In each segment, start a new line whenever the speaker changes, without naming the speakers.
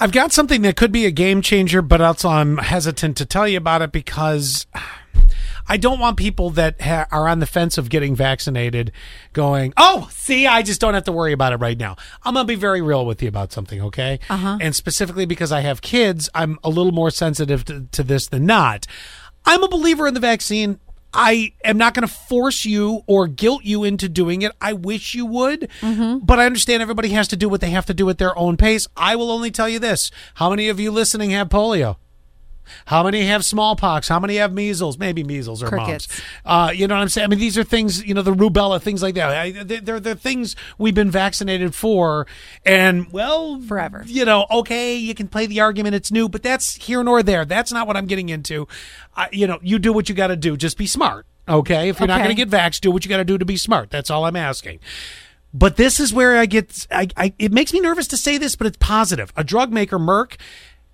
I've got something that could be a game changer, but also I'm hesitant to tell you about it because I don't want people that ha- are on the fence of getting vaccinated going, oh, see, I just don't have to worry about it right now. I'm going to be very real with you about something, okay? Uh-huh. And specifically because I have kids, I'm a little more sensitive to, to this than not. I'm a believer in the vaccine. I am not going to force you or guilt you into doing it. I wish you would, but I understand everybody has to do what they have to do at their own pace. I will only tell you this. How many of you listening have polio? How many have smallpox? How many have measles? Maybe measles or
Crickets.
mumps. Uh, you know what I'm saying? I mean, these are things, you know, the rubella, things like that. I, they're, they're- they're things we've been vaccinated for. And, well,
Forever.
you know, okay, you can play the argument it's new, but that's here nor there. That's not what I'm getting into. I, you know, you do what you got to do. Just be smart. Okay. If you're not
Okay.
going to get vaxxed, do what you got to do to be smart. That's all I'm asking. But this is where I get, I, I, it makes me nervous to say this, but it's positive. A drug maker, Merck,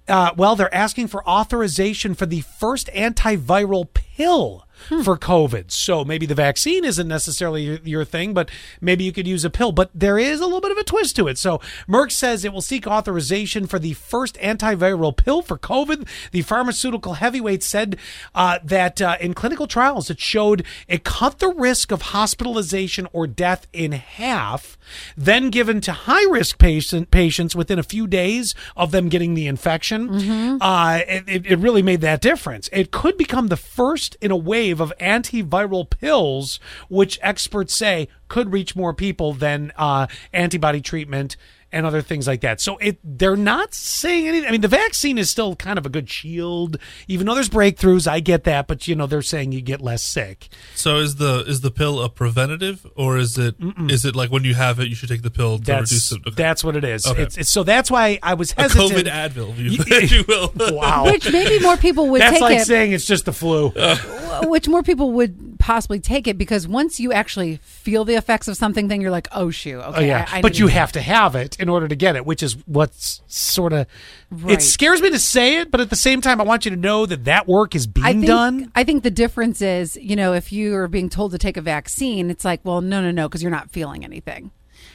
uh, well, they're asking for authorization for the first antiviral pill for COVID. So maybe the vaccine isn't necessarily your, your thing, but maybe you could use a pill. But there is a little bit of a twist to it. So Merck says it will seek authorization for the first antiviral pill for COVID. The pharmaceutical heavyweight said uh, that uh, in clinical trials, it showed it cut the risk of hospitalization or death in half, then given to high risk patient, patients within a few days of them getting the infection. Uh, it- it, it really made that difference. It could become the first in a wave of antiviral pills, which experts say could reach more people than uh, antibody treatment and other things like that. So it they're not saying anything. I mean, the vaccine is still kind of a good shield, even though there's breakthroughs. I get that, but you know, they're saying you get less sick.
So is the is the pill a preventative or is it is it like when you have it you should take the pill to
That's
reduce it? Okay.
that's what it is.
Okay.
It's, it's, so that's why I was
a COVID
hesitant.
Advil, if you, if you will.
wow.
Which maybe more people would
that's
take
like
it.
saying it's just the flu.
Oh,
which more people would possibly take it because once you actually feel the effects of something, then you're like, oh shoot, okay.
Oh yeah,
I- I need
but
to
you
do
have to have it in order to get it, which is what's sort of. It
Right.
scares me to say it, but at the same time, I want you to know that that work is being
I think,
done.
I think the difference is, you know, if you are being told to take a vaccine, it's like, well, no, no, no, because you're not feeling anything.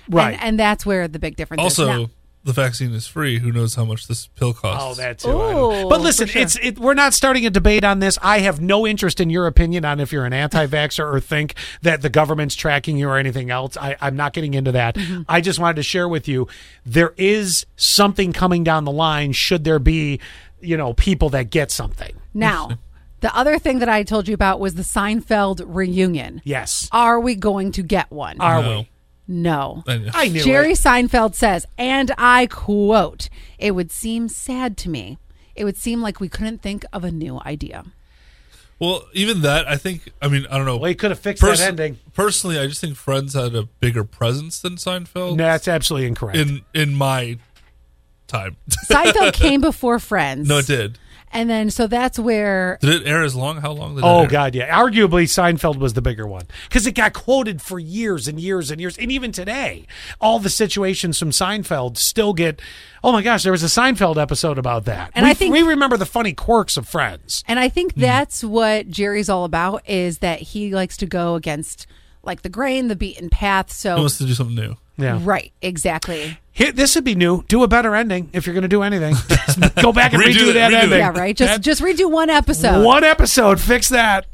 Right.
And, and that's where the big difference is.
Also,
Now-
the vaccine is free. Who knows how much this pill costs?
Oh, that too. I don't-
Ooh,
but listen,
for sure.
it's it, we're not starting a debate on this. I have no interest in your opinion on if you're an anti-vaxxer or think that the government's tracking you or anything else. I, I'm not getting into that. I just wanted to share with you there is something coming down the line. Should there be, you know, people that get something?
Now, the other thing that I told you about was the Seinfeld reunion.
Yes.
Are we going to get one?
Are
No.
no.
I know.
we? I knew
Jerry
it.
Seinfeld says, and I quote, it would seem sad to me. It would seem like we couldn't think of a new idea.
Well, even that, I think. I mean, I don't know.
Well, he could have fixed
Pers-
that ending.
Personally, I just think Friends had a bigger presence than Seinfeld.
No, that's absolutely incorrect.
in in my time.
Seinfeld came before Friends.
no, it did.
And then, so that's where
Did it air as long? How long did it
Oh
air?
God, yeah. Arguably, Seinfeld was the bigger one because it got quoted for years and years and years, and even today, all the situations from Seinfeld still get. Oh my gosh, there was a Seinfeld episode about that.
And
we,
I think-
we remember the funny quirks of Friends.
And I think that's what Jerry's all about is that he likes to go against like the grain, the beaten path.
He
So
wants to do something new.
Yeah,
right, exactly.
Here- this would be new. Do a better ending if you're going to do anything. Go back and redo,
Redo it,
that
redo it.
ending.
Yeah, right. Just
That-
just redo one episode.
One episode, fix that.